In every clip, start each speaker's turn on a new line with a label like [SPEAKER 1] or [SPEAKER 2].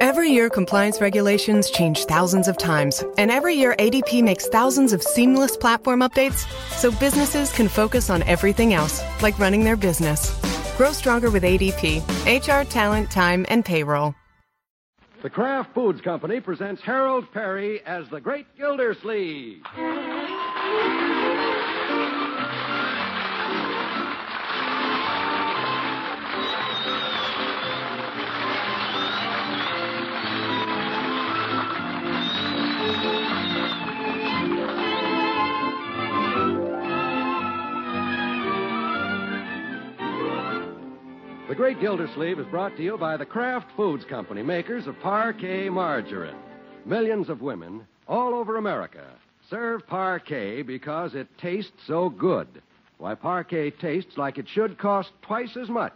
[SPEAKER 1] Every year, compliance regulations change thousands of times, and every year, ADP makes thousands of seamless platform updates so businesses can focus on everything else, like running their business. Grow stronger with ADP HR, talent, time, and payroll.
[SPEAKER 2] The Kraft Foods Company presents Harold Perry as the Great Gildersleeve. The Great Gildersleeve is brought to you by the Kraft Foods Company, makers of Parquet Margarine. Millions of women all over America serve Parquet because it tastes so good. Why, Parquet tastes like it should cost twice as much.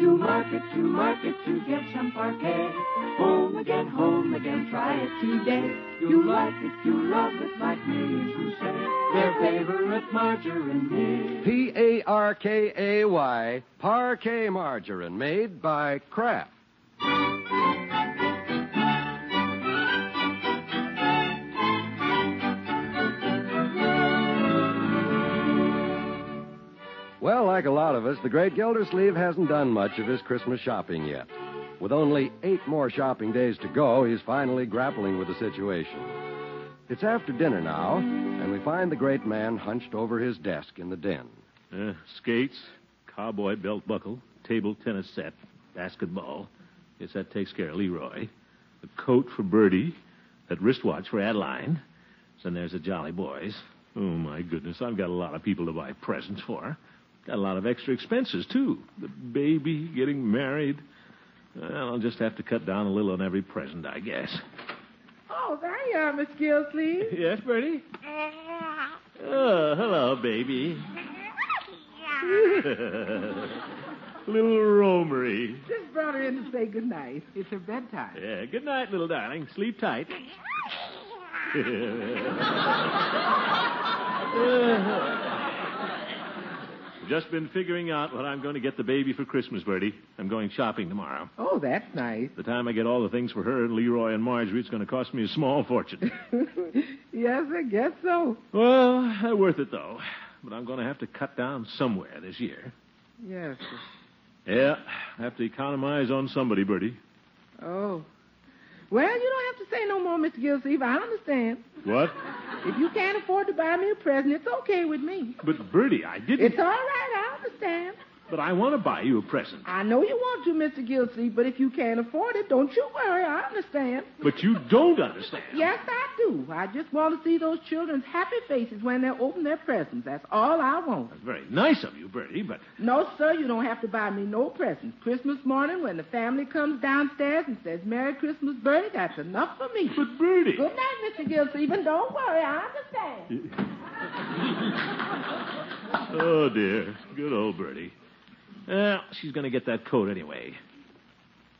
[SPEAKER 3] To market, to market, to get some parquet. Home again, home again, try it today. You like it, you love it, like millions who say their favorite margarine is.
[SPEAKER 2] P A R K A Y, Parquet Margarine, made by Kraft. Well, like a lot of us, the great Gildersleeve hasn't done much of his Christmas shopping yet. With only eight more shopping days to go, he's finally grappling with the situation. It's after dinner now, and we find the great man hunched over his desk in the den.
[SPEAKER 4] Uh, skates, cowboy belt buckle, table tennis set, basketball. Guess that takes care of Leroy. A coat for Birdie, that wristwatch for Adeline. Then there's the Jolly Boys. Oh, my goodness, I've got a lot of people to buy presents for. Got a lot of extra expenses, too. The baby, getting married. Well, I'll just have to cut down a little on every present, I guess.
[SPEAKER 3] Oh, there you are, Miss Gilsleeve.
[SPEAKER 4] Yes, Bertie? Oh, hello, baby. little Romery.
[SPEAKER 3] Just brought her in to say goodnight. It's her bedtime.
[SPEAKER 4] Yeah, good night, little darling. Sleep tight. Just been figuring out what I'm going to get the baby for Christmas, Bertie. I'm going shopping tomorrow.
[SPEAKER 3] Oh, that's nice.
[SPEAKER 4] The time I get all the things for her and Leroy and Marjorie, it's going to cost me a small fortune.
[SPEAKER 3] yes, I guess so.
[SPEAKER 4] well, they're worth it, though. But I'm going to have to cut down somewhere this year.
[SPEAKER 3] Yes.
[SPEAKER 4] Yeah, I have to economize on somebody, Bertie.
[SPEAKER 3] Oh. Well, you don't have to say no more, Miss Gilsleeve. I understand.
[SPEAKER 4] What?
[SPEAKER 3] If you can't afford to buy me a present, it's okay with me.
[SPEAKER 4] But, Bertie, I didn't.
[SPEAKER 3] It's all right, I understand.
[SPEAKER 4] But I want to buy you a present.
[SPEAKER 3] I know you want to, Mr. Gilsleeve, but if you can't afford it, don't you worry, I understand.
[SPEAKER 4] But you don't understand.
[SPEAKER 3] Yes, I do. I just want to see those children's happy faces when they open their presents. That's all I want.
[SPEAKER 4] That's very nice of you, Bertie, but
[SPEAKER 3] No, sir, you don't have to buy me no presents. Christmas morning, when the family comes downstairs and says, Merry Christmas, Bertie, that's enough for me.
[SPEAKER 4] but Bertie.
[SPEAKER 3] Good night, Mr. Gilsleeve, and don't worry, I understand.
[SPEAKER 4] Oh dear, good old Bertie. Well, she's going to get that coat anyway.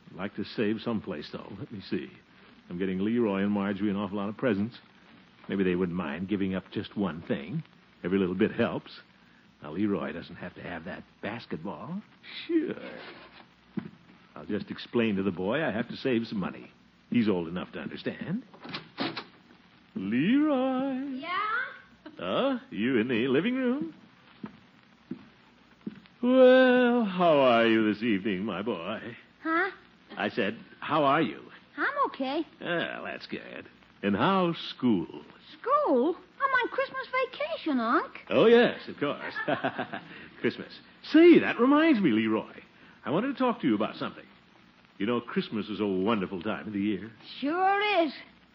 [SPEAKER 4] I'd like to save someplace though. Let me see. I'm getting Leroy and Marjorie an awful lot of presents. Maybe they wouldn't mind giving up just one thing. Every little bit helps. Now Leroy doesn't have to have that basketball. Sure. I'll just explain to the boy I have to save some money. He's old enough to understand. Leroy. Oh, you in the living room? Well, how are you this evening, my boy?
[SPEAKER 5] Huh?
[SPEAKER 4] I said, how are you?
[SPEAKER 5] I'm okay.
[SPEAKER 4] Well, that's good. And how's school?
[SPEAKER 5] School? I'm on Christmas vacation, Unc.
[SPEAKER 4] Oh, yes, of course. Christmas. Say, that reminds me, Leroy. I wanted to talk to you about something. You know, Christmas is a wonderful time of the year.
[SPEAKER 5] Sure is.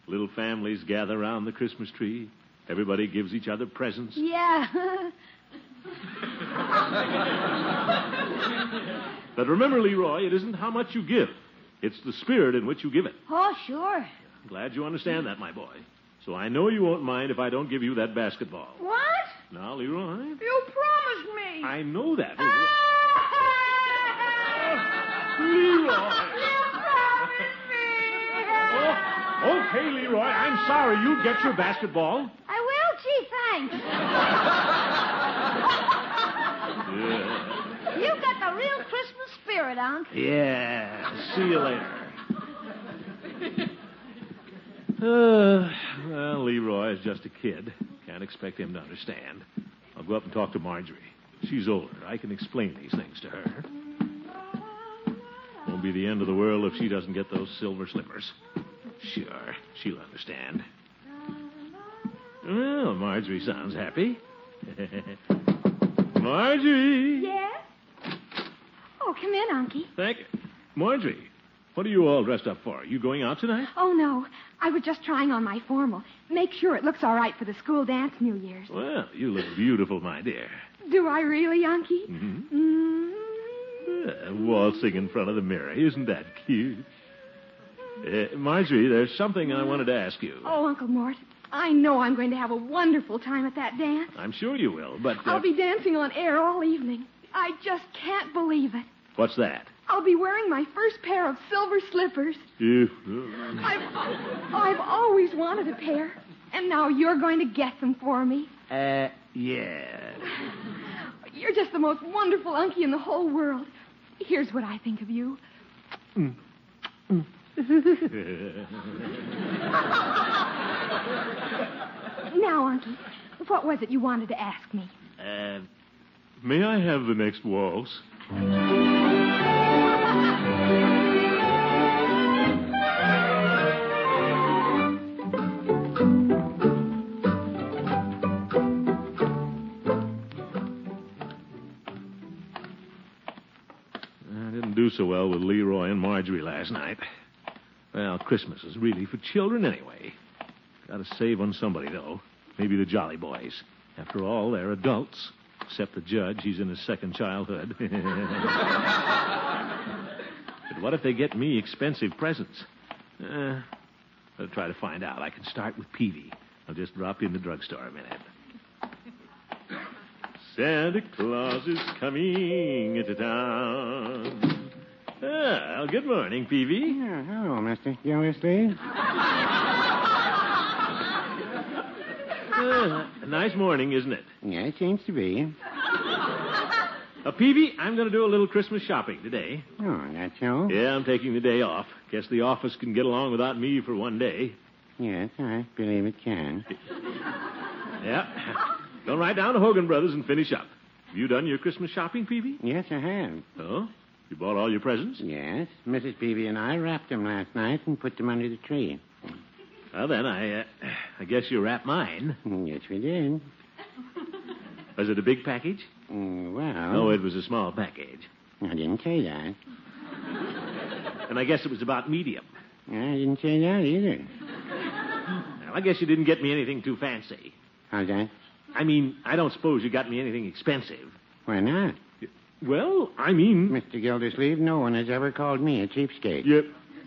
[SPEAKER 4] Little families gather around the Christmas tree. Everybody gives each other presents.
[SPEAKER 5] Yeah.
[SPEAKER 4] But remember, Leroy, it isn't how much you give. It's the spirit in which you give it.
[SPEAKER 5] oh, sure.
[SPEAKER 4] I'm glad you understand that, my boy. So I know you won't mind if I don't give you that basketball.
[SPEAKER 5] What?
[SPEAKER 4] Now, Leroy,
[SPEAKER 5] You promised me. Ah!
[SPEAKER 4] I know that.
[SPEAKER 6] Ah!
[SPEAKER 4] Leroy! Oh, okay, Leroy, I'm sorry. You get your basketball.
[SPEAKER 5] I will, gee, thanks. you got the real Christmas spirit, Unc.
[SPEAKER 4] Yeah. See you later. Uh, well, Leroy is just a kid. Can't expect him to understand. I'll go up and talk to Marjorie. She's older. I can explain these things to her. Won't be the end of the world if she doesn't get those silver slippers. Sure, she'll understand. Well, Marjorie sounds happy. Marjorie!
[SPEAKER 5] Yes? Oh, come in, Unky.
[SPEAKER 4] Thank you. Marjorie, what are you all dressed up for? You going out tonight?
[SPEAKER 5] Oh, no. I was just trying on my formal. Make sure it looks all right for the school dance New Year's.
[SPEAKER 4] Well, you look beautiful, my dear.
[SPEAKER 5] Do I really, Unky? Mm.
[SPEAKER 4] Uh, waltzing in front of the mirror. Isn't that cute? Uh, Marjorie, there's something I wanted to ask you.
[SPEAKER 5] Oh, Uncle Mort, I know I'm going to have a wonderful time at that dance.
[SPEAKER 4] I'm sure you will, but. uh,
[SPEAKER 5] I'll be dancing on air all evening. I just can't believe it.
[SPEAKER 4] What's that?
[SPEAKER 5] I'll be wearing my first pair of silver slippers.
[SPEAKER 4] You.
[SPEAKER 5] I've, I've always wanted a pair, and now you're going to get them for me.
[SPEAKER 4] Uh, yeah.
[SPEAKER 5] You're just the most wonderful Unky in the whole world. Here's what I think of you. Now, Unky, what was it you wanted to ask me?
[SPEAKER 4] Uh, may I have the next waltz? I didn't do so well with Leroy and Marjorie last night. Well, Christmas is really for children anyway. Gotta save on somebody, though. Maybe the Jolly Boys. After all, they're adults. Except the judge, he's in his second childhood. but what if they get me expensive presents? Uh, I'll try to find out. I can start with Peavy. I'll just drop in the drugstore a minute. Santa Claus is coming into town. Well, good morning, Peavy.
[SPEAKER 7] Yeah, hello, Mr. Gildersleeve.
[SPEAKER 4] Uh, a nice morning, isn't it?
[SPEAKER 7] Yeah, it seems to be.
[SPEAKER 4] Uh, Peavy, I'm going to do a little Christmas shopping today.
[SPEAKER 7] Oh, that's so?
[SPEAKER 4] Yeah, I'm taking the day off. Guess the office can get along without me for one day.
[SPEAKER 7] Yes, I believe it can.
[SPEAKER 4] Yeah. Go right down to Hogan Brothers and finish up. Have you done your Christmas shopping, Peavy?
[SPEAKER 7] Yes, I have.
[SPEAKER 4] Oh? You bought all your presents?
[SPEAKER 7] Yes, Mrs. Beebe and I wrapped them last night and put them under the tree.
[SPEAKER 4] Well, then, I, uh, I guess you wrapped mine.
[SPEAKER 7] Yes, we did.
[SPEAKER 4] Was it a big package?
[SPEAKER 7] Mm, Well,
[SPEAKER 4] No, Oh, it was a small package.
[SPEAKER 7] I didn't say that.
[SPEAKER 4] And I guess it was about medium.
[SPEAKER 7] I didn't say that either.
[SPEAKER 4] Well, I guess you didn't get me anything too fancy.
[SPEAKER 7] How's that?
[SPEAKER 4] I mean, I don't suppose you got me anything expensive.
[SPEAKER 7] Why not?
[SPEAKER 4] Well, I mean.
[SPEAKER 7] Mr. Gildersleeve, no one has ever called me a cheapskate.
[SPEAKER 4] Yeah,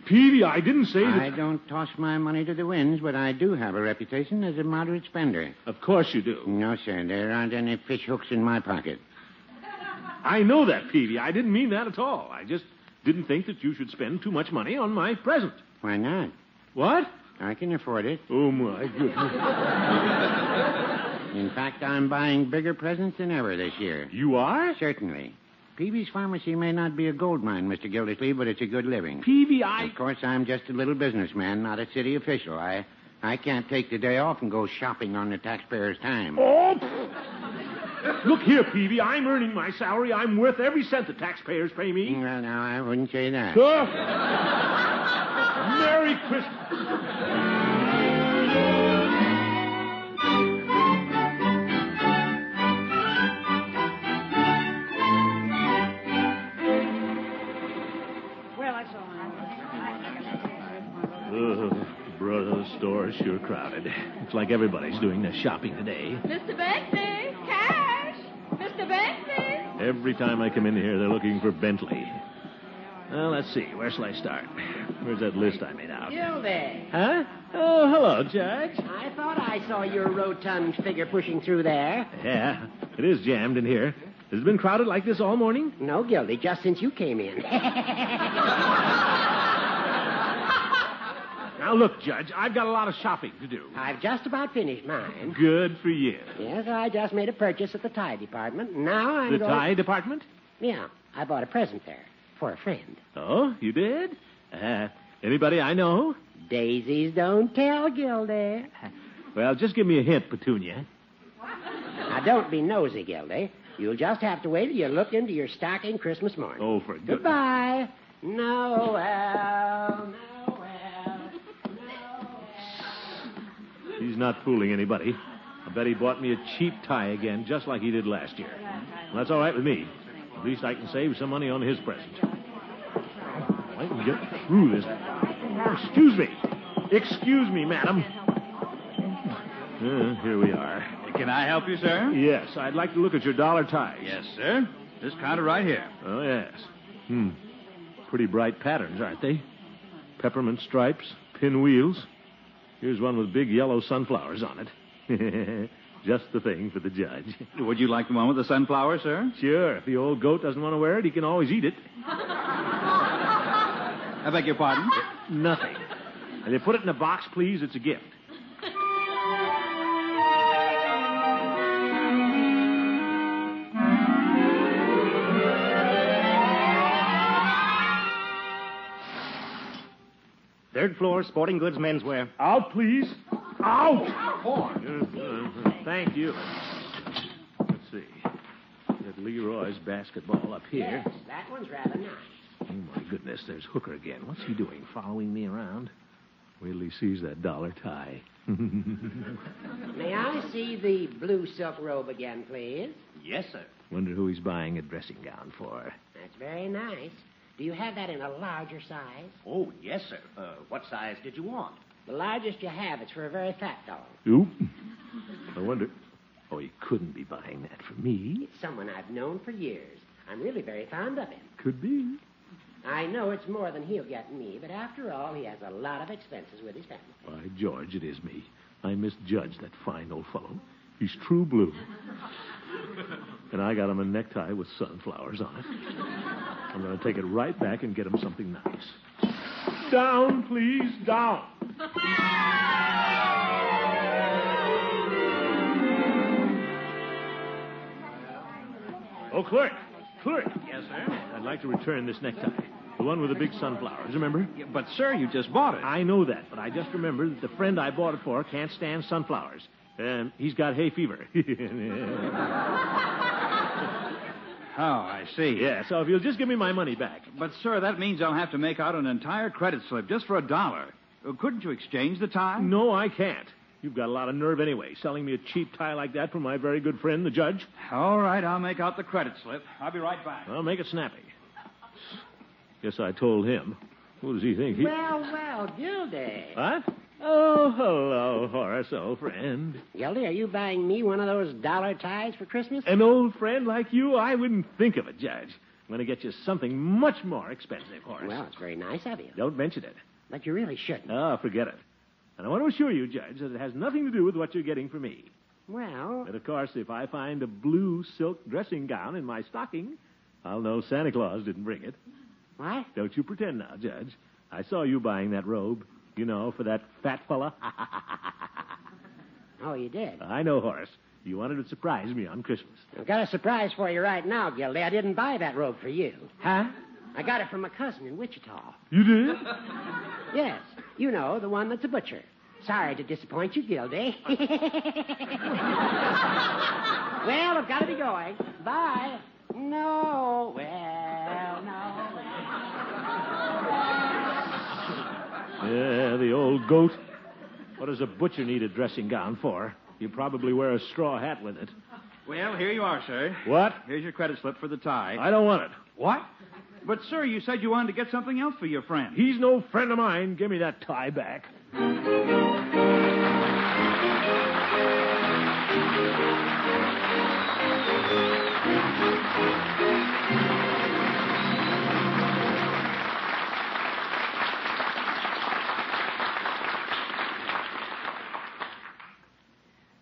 [SPEAKER 4] Peavy, I didn't say that.
[SPEAKER 7] I don't toss my money to the winds, but I do have a reputation as a moderate spender.
[SPEAKER 4] Of course you do.
[SPEAKER 7] No, sir, there aren't any fish hooks in my pocket.
[SPEAKER 4] I know that, Peavy. I didn't mean that at all. I just didn't think that you should spend too much money on my present.
[SPEAKER 7] Why not?
[SPEAKER 4] What?
[SPEAKER 7] I can afford it.
[SPEAKER 4] Oh, my goodness.
[SPEAKER 7] In fact, I'm buying bigger presents than ever this year.
[SPEAKER 4] You are?
[SPEAKER 7] Certainly. Peavy's pharmacy may not be a gold mine, Mr. Gildersleeve, but it's a good living.
[SPEAKER 4] Peavy, I.
[SPEAKER 7] Of course, I'm just a little businessman, not a city official. I I can't take the day off and go shopping on the taxpayer's time.
[SPEAKER 4] Oh! pff. Look here, Peavy. I'm earning my salary. I'm worth every cent the taxpayers pay me.
[SPEAKER 7] Well, now, I wouldn't say that.
[SPEAKER 4] Huh? Merry Christmas. Ugh, Uh, brother, the store is sure crowded. Looks like everybody's doing their shopping today.
[SPEAKER 8] Mr. Banksy, cash! Mr. Banksy!
[SPEAKER 4] Every time I come in here, they're looking for Bentley. Well, let's see. Where shall I start? Where's that list I made out?
[SPEAKER 9] Gildy,
[SPEAKER 4] Huh? Oh, hello, Judge.
[SPEAKER 9] I thought I saw your rotund figure pushing through there.
[SPEAKER 4] Yeah, it is jammed in here. Has it been crowded like this all morning?
[SPEAKER 9] No, Gildy, just since you came in.
[SPEAKER 4] Now, look, Judge, I've got a lot of shopping to do.
[SPEAKER 9] I've just about finished mine.
[SPEAKER 4] Good for you.
[SPEAKER 9] Yes, I just made a purchase at the tie department. Now I'm
[SPEAKER 4] The
[SPEAKER 9] going...
[SPEAKER 4] tie department?
[SPEAKER 9] Yeah, I bought a present there for a friend.
[SPEAKER 4] Oh, you did? Uh, anybody I know?
[SPEAKER 9] Daisies don't tell, Gildy.
[SPEAKER 4] Well, just give me a hint, Petunia.
[SPEAKER 9] Now, don't be nosy, Gildy. You'll just have to wait till you look into your stocking Christmas morning.
[SPEAKER 4] Oh, for good.
[SPEAKER 9] Goodbye. Noel,
[SPEAKER 8] Um,
[SPEAKER 9] Noel.
[SPEAKER 4] He's not fooling anybody. I bet he bought me a cheap tie again, just like he did last year. Well, that's all right with me. At least I can save some money on his present. I can get through this. Oh, excuse me. Excuse me, madam. Uh, here we are.
[SPEAKER 10] Can I help you, sir?
[SPEAKER 4] Yes, I'd like to look at your dollar ties.
[SPEAKER 10] Yes, sir. This counter right here.
[SPEAKER 4] Oh, yes. Hmm. Pretty bright patterns, aren't they? Peppermint stripes, pinwheels. Here's one with big yellow sunflowers on it. Just the thing for the judge.
[SPEAKER 10] Would you like the one with the sunflower, sir?
[SPEAKER 4] Sure, if the old goat doesn't want to wear it, he can always eat it.
[SPEAKER 10] I beg your pardon?
[SPEAKER 4] Nothing. And they put it in a box, please. It's a gift.
[SPEAKER 11] Third floor, sporting goods, menswear.
[SPEAKER 4] Out, please. Out! Thank you. Let's see. That Leroy's basketball up here.
[SPEAKER 9] That one's rather nice.
[SPEAKER 4] Oh, my goodness, there's Hooker again. What's he doing? Following me around? Wait till he sees that dollar tie.
[SPEAKER 9] May I see the blue silk robe again, please?
[SPEAKER 11] Yes, sir.
[SPEAKER 4] Wonder who he's buying a dressing gown for.
[SPEAKER 9] That's very nice. Do you have that in a larger size?
[SPEAKER 11] Oh, yes, sir. Uh, what size did you want?
[SPEAKER 9] The largest you have, it's for a very fat dog.
[SPEAKER 4] Oop. I wonder. Oh, he couldn't be buying that for me.
[SPEAKER 9] It's someone I've known for years. I'm really very fond of him.
[SPEAKER 4] Could be.
[SPEAKER 9] I know it's more than he'll get me, but after all, he has a lot of expenses with his family.
[SPEAKER 4] By George, it is me. I misjudged that fine old fellow. He's true blue. and I got him a necktie with sunflowers on it. I'm going to take it right back and get him something nice. Down, please, down. Oh, clerk, clerk.
[SPEAKER 10] Yes, sir.
[SPEAKER 4] I'd like to return this necktie. The one with the big sunflowers, remember?
[SPEAKER 10] But, sir, you just bought it.
[SPEAKER 4] I know that, but I just remembered that the friend I bought it for can't stand sunflowers. And he's got hay fever.
[SPEAKER 10] Oh, I see.
[SPEAKER 4] yeah, so if you'll just give me my money back.
[SPEAKER 10] But, sir, that means I'll have to make out an entire credit slip just for a dollar. Uh, Couldn't you exchange the tie?
[SPEAKER 4] No, I can't. You've got a lot of nerve anyway, selling me a cheap tie like that from my very good friend, the judge.
[SPEAKER 10] All right, I'll make out the credit slip. I'll be right back.
[SPEAKER 4] Well, make it snappy. Guess I told him. Who does he think he...
[SPEAKER 9] Well, well, Gildy.
[SPEAKER 4] What? Oh, hello, Horace, old friend.
[SPEAKER 9] Gildy, are you buying me one of those dollar ties for Christmas?
[SPEAKER 4] An old friend like you, I wouldn't think of it, Judge. I'm going to get you something much more expensive, Horace.
[SPEAKER 9] Well, it's very nice of you,
[SPEAKER 4] Don't mention it.
[SPEAKER 9] but you really shouldn't.
[SPEAKER 4] Ah, forget it. And I want to assure you, Judge, that it has nothing to do with what you're getting for me.
[SPEAKER 9] Well,
[SPEAKER 4] But of course, if I find a blue silk dressing gown in my stocking, I'll know Santa Claus didn't bring it.
[SPEAKER 9] what?
[SPEAKER 4] Don't you pretend now, Judge. I saw you buying that robe, you know, for that fat fella.
[SPEAKER 9] Oh, you did.
[SPEAKER 4] I know, Horace. You wanted to surprise me on Christmas.
[SPEAKER 9] I've got a surprise for you right now, Gildy. I didn't buy that robe for you.
[SPEAKER 4] Huh?
[SPEAKER 9] I got it from a cousin in Wichita.
[SPEAKER 4] You did?
[SPEAKER 9] Yes, you know, the one that's a butcher. Sorry to disappoint you, Gildy. well, I've got to be going. Bye. No, well, no.
[SPEAKER 4] yeah, the old goat. What does a butcher need a dressing gown for? You probably wear a straw hat with it.
[SPEAKER 10] Well, here you are, sir.
[SPEAKER 4] What?
[SPEAKER 10] Here's your credit slip for the tie.
[SPEAKER 4] I don't want it.
[SPEAKER 10] What? But, sir, you said you wanted to get something else for your friend.
[SPEAKER 4] He's no friend of mine. Give me that tie back.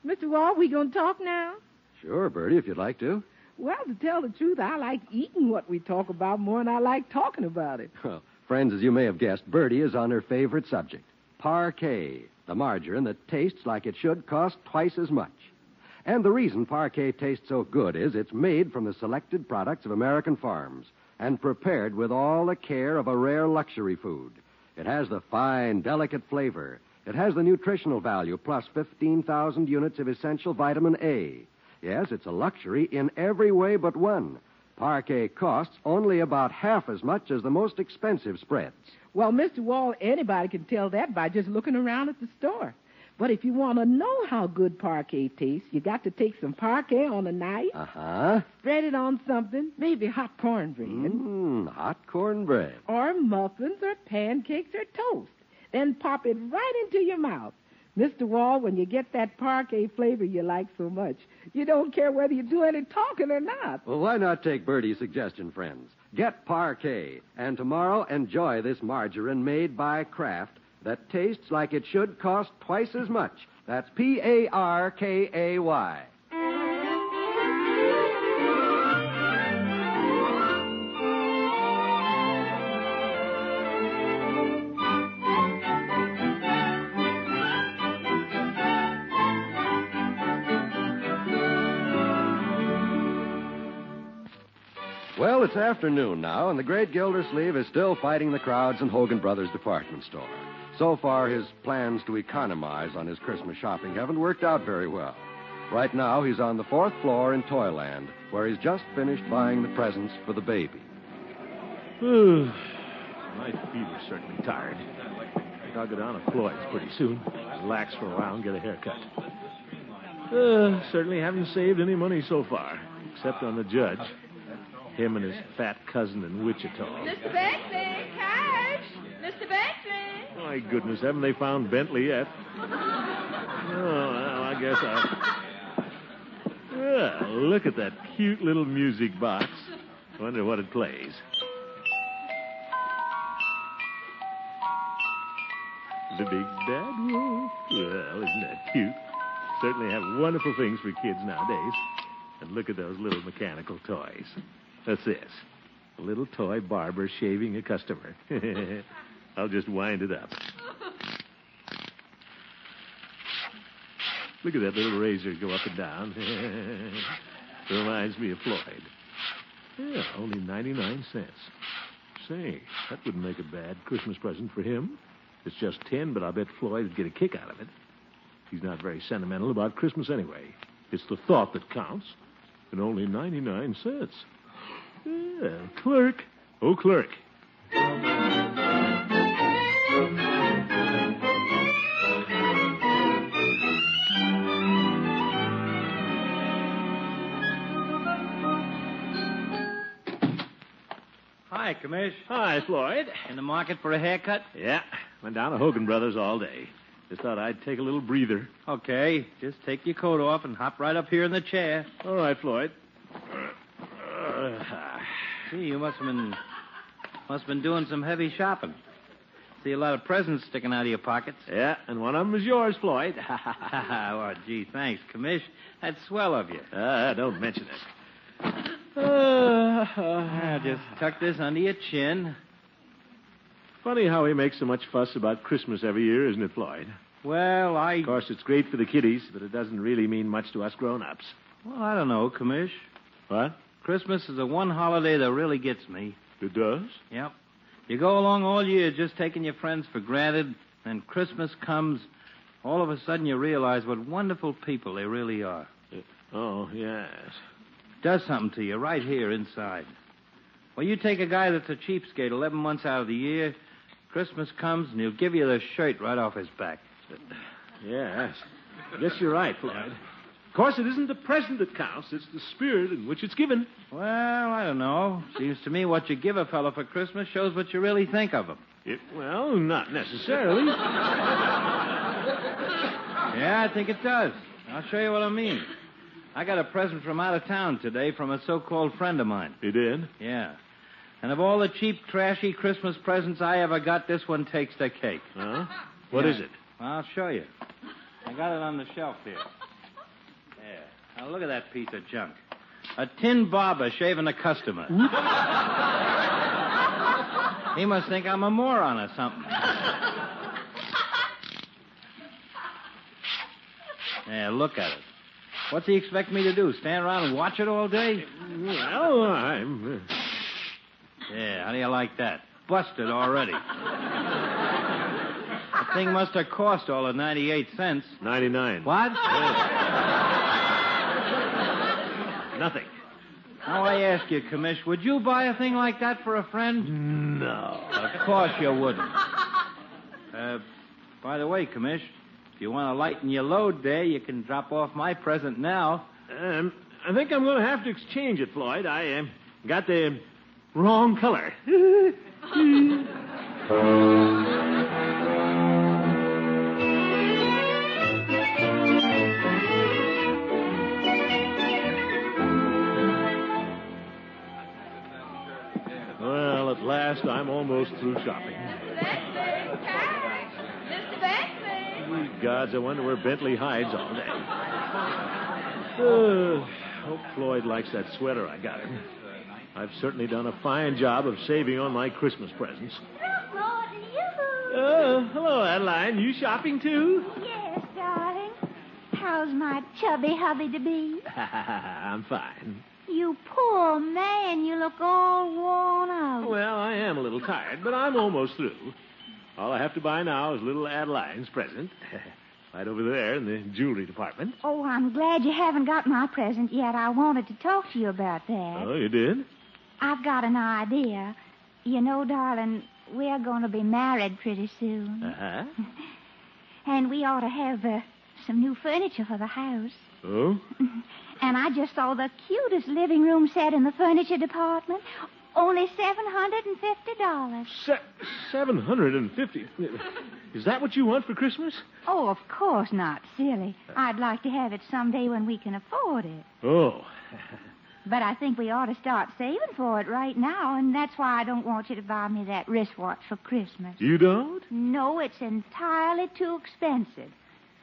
[SPEAKER 12] Mr. Wall, we gonna talk now?
[SPEAKER 2] Sure, Bertie, if you'd like to.
[SPEAKER 12] Well, to tell the truth, I like eating what we talk about more than I like talking about it.
[SPEAKER 2] Well, friends, as you may have guessed, Bertie is on her favorite subject parquet, the margarine that tastes like it should cost twice as much. And the reason parquet tastes so good is it's made from the selected products of American farms and prepared with all the care of a rare luxury food. It has the fine, delicate flavor. It has the nutritional value plus 15,000 units of essential vitamin A. Yes, it's a luxury in every way but one. Parquet costs only about half as much as the most expensive spreads.
[SPEAKER 12] Well, Mr. Wall, anybody can tell that by just looking around at the store. But if you want to know how good parquet tastes, you got to take some parquet on a knife,
[SPEAKER 2] Uh huh.
[SPEAKER 12] spread it on something, maybe hot cornbread,
[SPEAKER 2] Mmm, hot cornbread.
[SPEAKER 12] or muffins, or pancakes, or toast. Then pop it right into your mouth. Mr. Wall, when you get that parquet flavor you like so much, you don't care whether you do any talking or not.
[SPEAKER 2] Well, why not take Bertie's suggestion, friends? Get parquet, and tomorrow enjoy this margarine made by Kraft that tastes like it should cost twice as much. That's P A R K A Y. Well, it's afternoon now, and the great Gildersleeve is still fighting the crowds in Hogan Brothers department store. So far, his plans to economize on his Christmas shopping haven't worked out very well. Right now, he's on the fourth floor in Toyland, where he's just finished buying the presents for the baby.
[SPEAKER 4] My feet are certainly tired. Think I'll go down to Floyd's pretty soon, relax for a while, and get a haircut. Uh, certainly haven't saved any money so far, except on the judge. Him and his fat cousin in Wichita.
[SPEAKER 8] Mr. Bentley, cash. Mr. Bentley.
[SPEAKER 4] My goodness, haven't they found Bentley yet? Oh, well, I guess I. Yeah, look at that cute little music box. Wonder what it plays. The Big Bad
[SPEAKER 6] Mm.
[SPEAKER 4] Wolf. Well, isn't that cute? Certainly have wonderful things for kids nowadays. And look at those little mechanical toys. That's this a little toy barber shaving a customer. I'll just wind it up. Look at that little razor go up and down. Reminds me of Floyd. Yeah, only 99 cents. Say, that wouldn't make a bad Christmas present for him. It's just 10, but I bet Floyd would get a kick out of it. He's not very sentimental about Christmas anyway. It's the thought that counts, and only 99 cents. Yeah, clerk. Oh, clerk.
[SPEAKER 6] Hi, Commish.
[SPEAKER 4] Hi, Floyd.
[SPEAKER 6] In the market for a haircut?
[SPEAKER 4] Yeah, went down to Hogan Brothers all day. Just thought I'd take a little breather.
[SPEAKER 6] Okay, just take your coat off and hop right up here in the chair.
[SPEAKER 4] All right, Floyd.
[SPEAKER 6] Gee, you must have been must have been doing some heavy shopping. See a lot of presents sticking out of your pockets.
[SPEAKER 4] Yeah, and one of them is yours, Floyd.
[SPEAKER 6] well, Oh, gee, thanks, Commish. That's swell of you.
[SPEAKER 4] Uh, don't mention it.
[SPEAKER 6] Now, Ah, just tuck this under your chin.
[SPEAKER 4] Funny how he makes so much fuss about Christmas every year, isn't it, Floyd?
[SPEAKER 6] Well, I.
[SPEAKER 4] Of course, it's great for the kiddies, but it doesn't really mean much to us grown ups.
[SPEAKER 6] Well, I don't know, Commish.
[SPEAKER 4] What?
[SPEAKER 6] Christmas is the one holiday that really gets me.
[SPEAKER 4] It does?
[SPEAKER 6] Yep. You go along all year just taking your friends for granted, then Christmas comes. All of a sudden, you realize what wonderful people they really are.
[SPEAKER 4] Oh, yes.
[SPEAKER 6] Does something to you right here inside. Well, you take a guy that's a cheapskate 11 months out of the year, Christmas comes, and he'll give you the shirt right off his back.
[SPEAKER 4] Yes. Yes, you're right, Floyd. Of course, it isn't the present that counts, it's the spirit in which it's given.
[SPEAKER 6] Well, I don't know. Seems to me what you give a fellow for Christmas shows what you really think of him.
[SPEAKER 4] It, well, not necessarily.
[SPEAKER 6] Yeah, I think it does. I'll show you what I mean. I got a present from out of town today from a so called friend of mine.
[SPEAKER 4] You did?
[SPEAKER 6] Yeah. And of all the cheap, trashy Christmas presents I ever got, this one takes the cake.
[SPEAKER 4] Huh? What
[SPEAKER 6] What is
[SPEAKER 4] is it?
[SPEAKER 6] I'll show you. I got it on the shelf here. There. Now look at that piece of junk. A tin barber shaving a customer. he must think I'm a moron or something. Yeah, look at it. What's he expect me to do? Stand around and watch it all day?
[SPEAKER 4] Well, I'm. uh,
[SPEAKER 6] Yeah, how do you like that? Busted already. Thing must have cost all of 98 cents.
[SPEAKER 4] 99.
[SPEAKER 6] What?
[SPEAKER 4] Nothing.
[SPEAKER 6] Now I ask you, Commish, would you buy a thing like that for a friend?
[SPEAKER 4] No.
[SPEAKER 6] Of course you wouldn't. Uh, by the way, Commish, if you want to lighten your load there, you can drop off my present now.
[SPEAKER 4] Um, I think I'm going to have to exchange it, Floyd. I um, got the wrong color. Well, at last, I'm almost through shopping.
[SPEAKER 8] Mr. Bentley.
[SPEAKER 4] My gods, I wonder where Bentley hides all day.
[SPEAKER 6] Uh-huh.
[SPEAKER 4] Uh, hope Floyd likes that sweater I got him. I've certainly done a fine job of saving on my Christmas presents. Oh, hello, Adeline. You shopping too?
[SPEAKER 13] Yes, darling. How's my chubby hubby to be?
[SPEAKER 4] I'm fine.
[SPEAKER 13] You poor man, you look all worn out.
[SPEAKER 4] Well, I am a little tired, but I'm almost through. All I have to buy now is little Adeline's present. right over there in the jewelry department.
[SPEAKER 13] Oh, I'm glad you haven't got my present yet. I wanted to talk to you about that.
[SPEAKER 4] Oh, you did?
[SPEAKER 13] I've got an idea. You know, darling, we're going to be married pretty soon.
[SPEAKER 4] Uh-huh.
[SPEAKER 13] And we ought to have uh, some new furniture for the house.
[SPEAKER 4] Oh?
[SPEAKER 13] And I just saw the cutest living room set in the furniture department. Only $750.
[SPEAKER 4] Se- 750. Is that what you want for Christmas?
[SPEAKER 13] Oh, of course not, silly. I'd like to have it someday when we can afford it.
[SPEAKER 4] Oh.
[SPEAKER 13] But I think we ought to start saving for it right now, and that's why I don't want you to buy me that wristwatch for Christmas.
[SPEAKER 4] You don't?
[SPEAKER 13] No, it's entirely too expensive.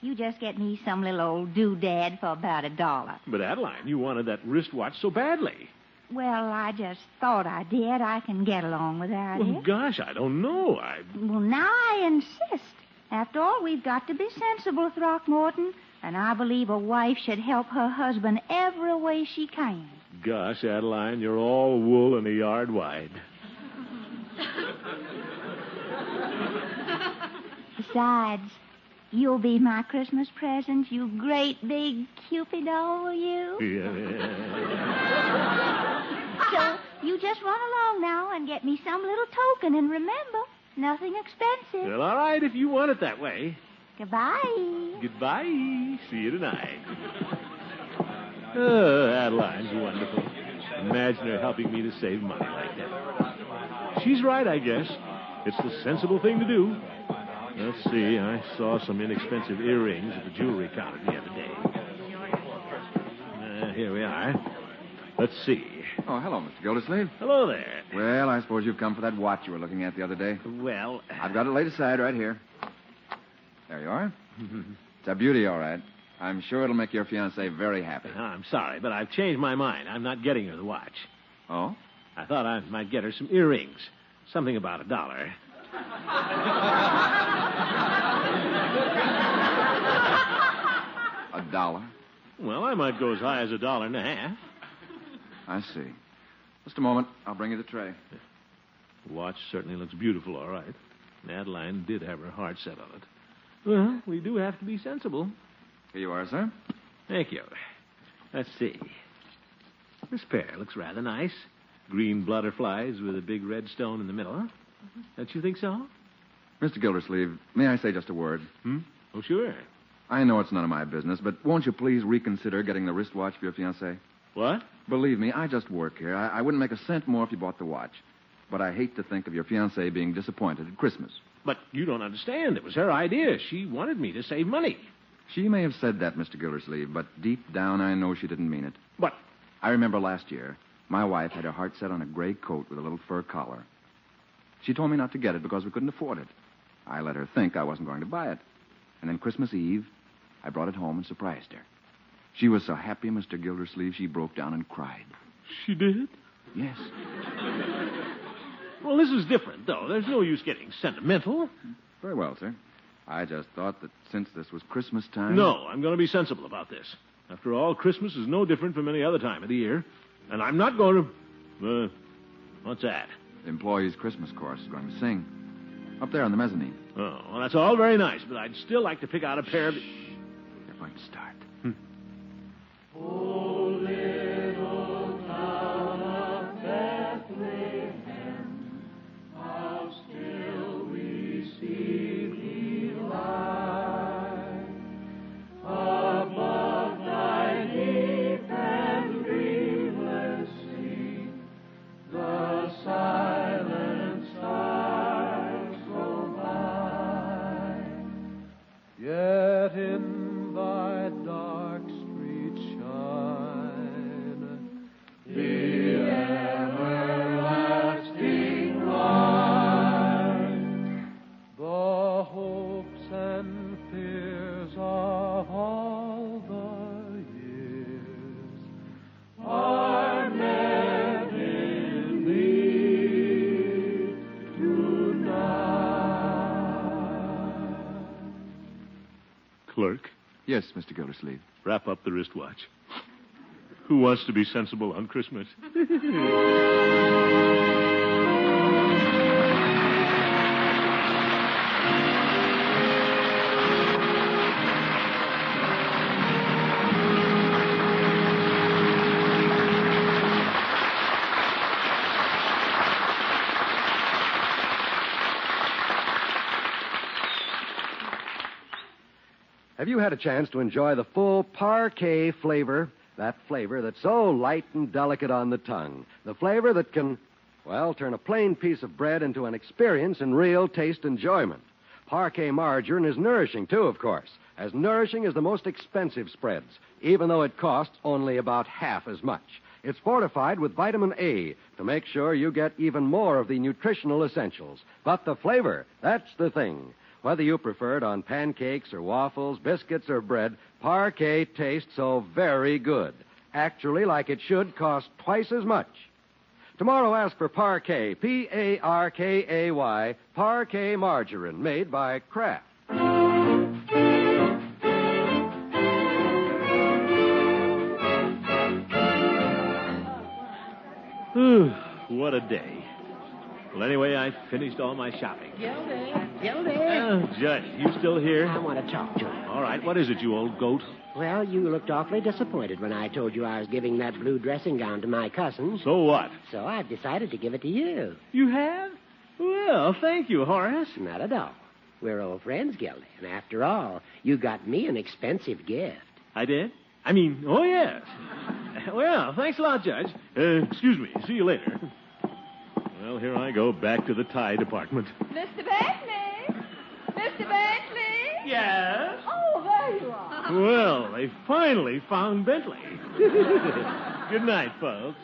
[SPEAKER 13] You just get me some little old doodad for about a dollar.
[SPEAKER 4] But, Adeline, you wanted that wristwatch so badly.
[SPEAKER 13] Well, I just thought I did. I can get along without
[SPEAKER 4] Well,
[SPEAKER 13] it.
[SPEAKER 4] gosh, I don't know. I.
[SPEAKER 13] Well, now I insist. After all, we've got to be sensible, Throckmorton. And I believe a wife should help her husband every way she can.
[SPEAKER 4] Gosh, Adeline, you're all wool and a yard wide.
[SPEAKER 13] Besides, you'll be my Christmas present, you great big Cupid, oh, you. So you just run along now and get me some little token, and remember, nothing expensive.
[SPEAKER 4] Well, all right, if you want it that way.
[SPEAKER 13] Goodbye.
[SPEAKER 4] Goodbye. See you tonight. Oh, Adeline's wonderful. Imagine her helping me to save money like that. She's right, I guess. It's the sensible thing to do. Let's see, I saw some inexpensive earrings at the jewelry counter the other day. Uh, here we are. Let's see.
[SPEAKER 14] Oh, hello, Mr. Gildersleeve.
[SPEAKER 4] Hello there.
[SPEAKER 14] Well, I suppose you've come for that watch you were looking at the other day.
[SPEAKER 4] Well,
[SPEAKER 14] I've got it laid aside right here. There you are. It's a beauty, all right. I'm sure it'll make your fiancée very happy.
[SPEAKER 4] Ah, I'm sorry, but I've changed my mind. I'm not getting her the watch.
[SPEAKER 14] Oh?
[SPEAKER 4] I thought I might get her some earrings. Something about a dollar.
[SPEAKER 14] A dollar?
[SPEAKER 4] Well, I might go as high as a dollar and a half.
[SPEAKER 14] I see. Just a moment. I'll bring you the tray.
[SPEAKER 4] The watch certainly looks beautiful, all right. Adeline did have her heart set on it. Well, we do have to be sensible.
[SPEAKER 14] Here you are, sir.
[SPEAKER 4] Thank you. Let's see. This pair looks rather nice. Green butterflies with a big red stone in the middle. Don't you think so?
[SPEAKER 14] Mr. Gildersleeve, may I say just a word?
[SPEAKER 4] Hmm? Oh, sure.
[SPEAKER 14] I know it's none of my business, but won't you please reconsider getting the wristwatch for your fiancée?
[SPEAKER 4] What?
[SPEAKER 14] Believe me, I just work here. I, I wouldn't make a cent more if you bought the watch. But I hate to think of your fiancée being disappointed at Christmas.
[SPEAKER 4] But you don't understand. It was her idea. She wanted me to save money.
[SPEAKER 14] She may have said that, Mr. Gildersleeve, but deep down I know she didn't mean it.
[SPEAKER 4] But
[SPEAKER 14] I remember last year, my wife had her heart set on a gray coat with a little fur collar. She told me not to get it because we couldn't afford it. I let her think I wasn't going to buy it. And then Christmas Eve, I brought it home and surprised her. She was so happy, Mr. Gildersleeve, she broke down and cried.
[SPEAKER 4] She did?
[SPEAKER 14] Yes.
[SPEAKER 4] Well, this is different, though. Oh, There's no use getting sentimental.
[SPEAKER 14] Very well, sir. I just thought that since this was Christmas time.
[SPEAKER 4] No, I'm going to be sensible about this. After all, Christmas is no different from any other time of the year, and I'm not going to. Uh, what's that?
[SPEAKER 14] The employees' Christmas chorus is going to sing. Up there on the mezzanine.
[SPEAKER 4] Oh, well, that's all very nice, but I'd still like to pick out a pair of.
[SPEAKER 14] They're going to start. Hmm.
[SPEAKER 15] Yet in thy dark street shine the everlasting light. The hopes and fears of all the years are met in thee tonight.
[SPEAKER 4] Clerk?
[SPEAKER 14] Yes, Mr. Gildersleeve.
[SPEAKER 4] Wrap up the wristwatch. Who wants to be sensible on Christmas?
[SPEAKER 2] Have you had a chance to enjoy the full parquet flavor? That flavor that's so light and delicate on the tongue. The flavor that can, well, turn a plain piece of bread into an experience in real taste enjoyment. Parquet margarine is nourishing, too, of course. As nourishing as the most expensive spreads, even though it costs only about half as much. It's fortified with vitamin A to make sure you get even more of the nutritional essentials. But the flavor, that's the thing. Whether you prefer it on pancakes or waffles, biscuits or bread, parquet tastes so very good. Actually, like it should cost twice as much. Tomorrow, ask for parquet, P A R K A Y, parquet margarine, made by Kraft.
[SPEAKER 4] Whew, what a day. Well, anyway, I finished all my shopping.
[SPEAKER 9] Gildy, Gildy.
[SPEAKER 4] Oh, Judge, you still here? I
[SPEAKER 16] want to talk to him.
[SPEAKER 4] All right, what is it, you old goat?
[SPEAKER 16] Well, you looked awfully disappointed when I told you I was giving that blue dressing gown to my cousin.
[SPEAKER 4] So what?
[SPEAKER 16] So I've decided to give it to you.
[SPEAKER 4] You have? Well, thank you, Horace.
[SPEAKER 16] Not at all. We're old friends, Gildy. And after all, you got me an expensive gift.
[SPEAKER 4] I did? I mean, oh, yes. Well, thanks a lot, Judge. Uh, excuse me. See you later. Well, here I go back to the tie department.
[SPEAKER 8] Mr. Bentley? Mr. Bentley?
[SPEAKER 4] Yes?
[SPEAKER 8] Oh, there you are.
[SPEAKER 4] Well, they finally found Bentley. Good night, folks.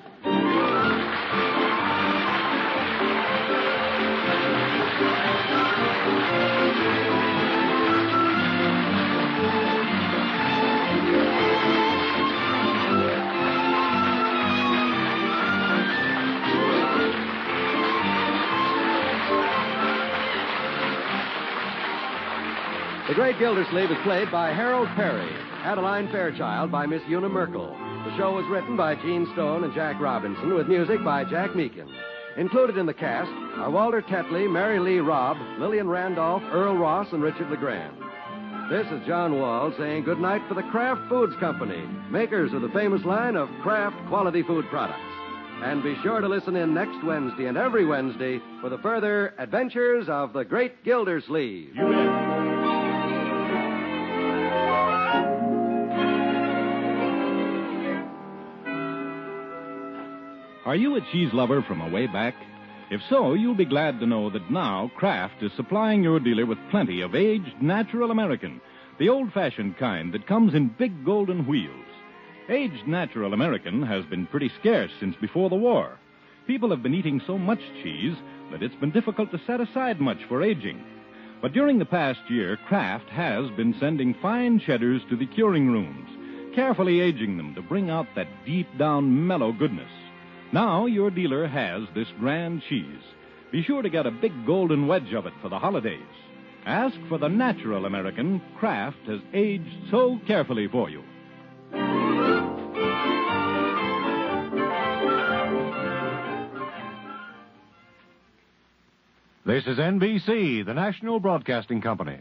[SPEAKER 2] The Great Gildersleeve is played by Harold Perry, Adeline Fairchild by Miss Una Merkel. The show was written by Gene Stone and Jack Robinson, with music by Jack Meakin. Included in the cast are Walter Tetley, Mary Lee Robb, Lillian Randolph, Earl Ross, and Richard LeGrand. This is John Wall saying goodnight for the Kraft Foods Company, makers of the famous line of Kraft quality food products. And be sure to listen in next Wednesday and every Wednesday for the further adventures of the Great Gildersleeve.
[SPEAKER 17] Are you a cheese lover from away back? If so, you'll be glad to know that now Kraft is supplying your dealer with plenty of aged natural American, the old fashioned kind that comes in big golden wheels. Aged natural American has been pretty scarce since before the war. People have been eating so much cheese that it's been difficult to set aside much for aging. But during the past year, Kraft has been sending fine cheddars to the curing rooms, carefully aging them to bring out that deep down mellow goodness. Now your dealer has this grand cheese. Be sure to get a big golden wedge of it for the holidays. Ask for the natural American Kraft has aged so carefully for you. This is NBC, the national broadcasting company.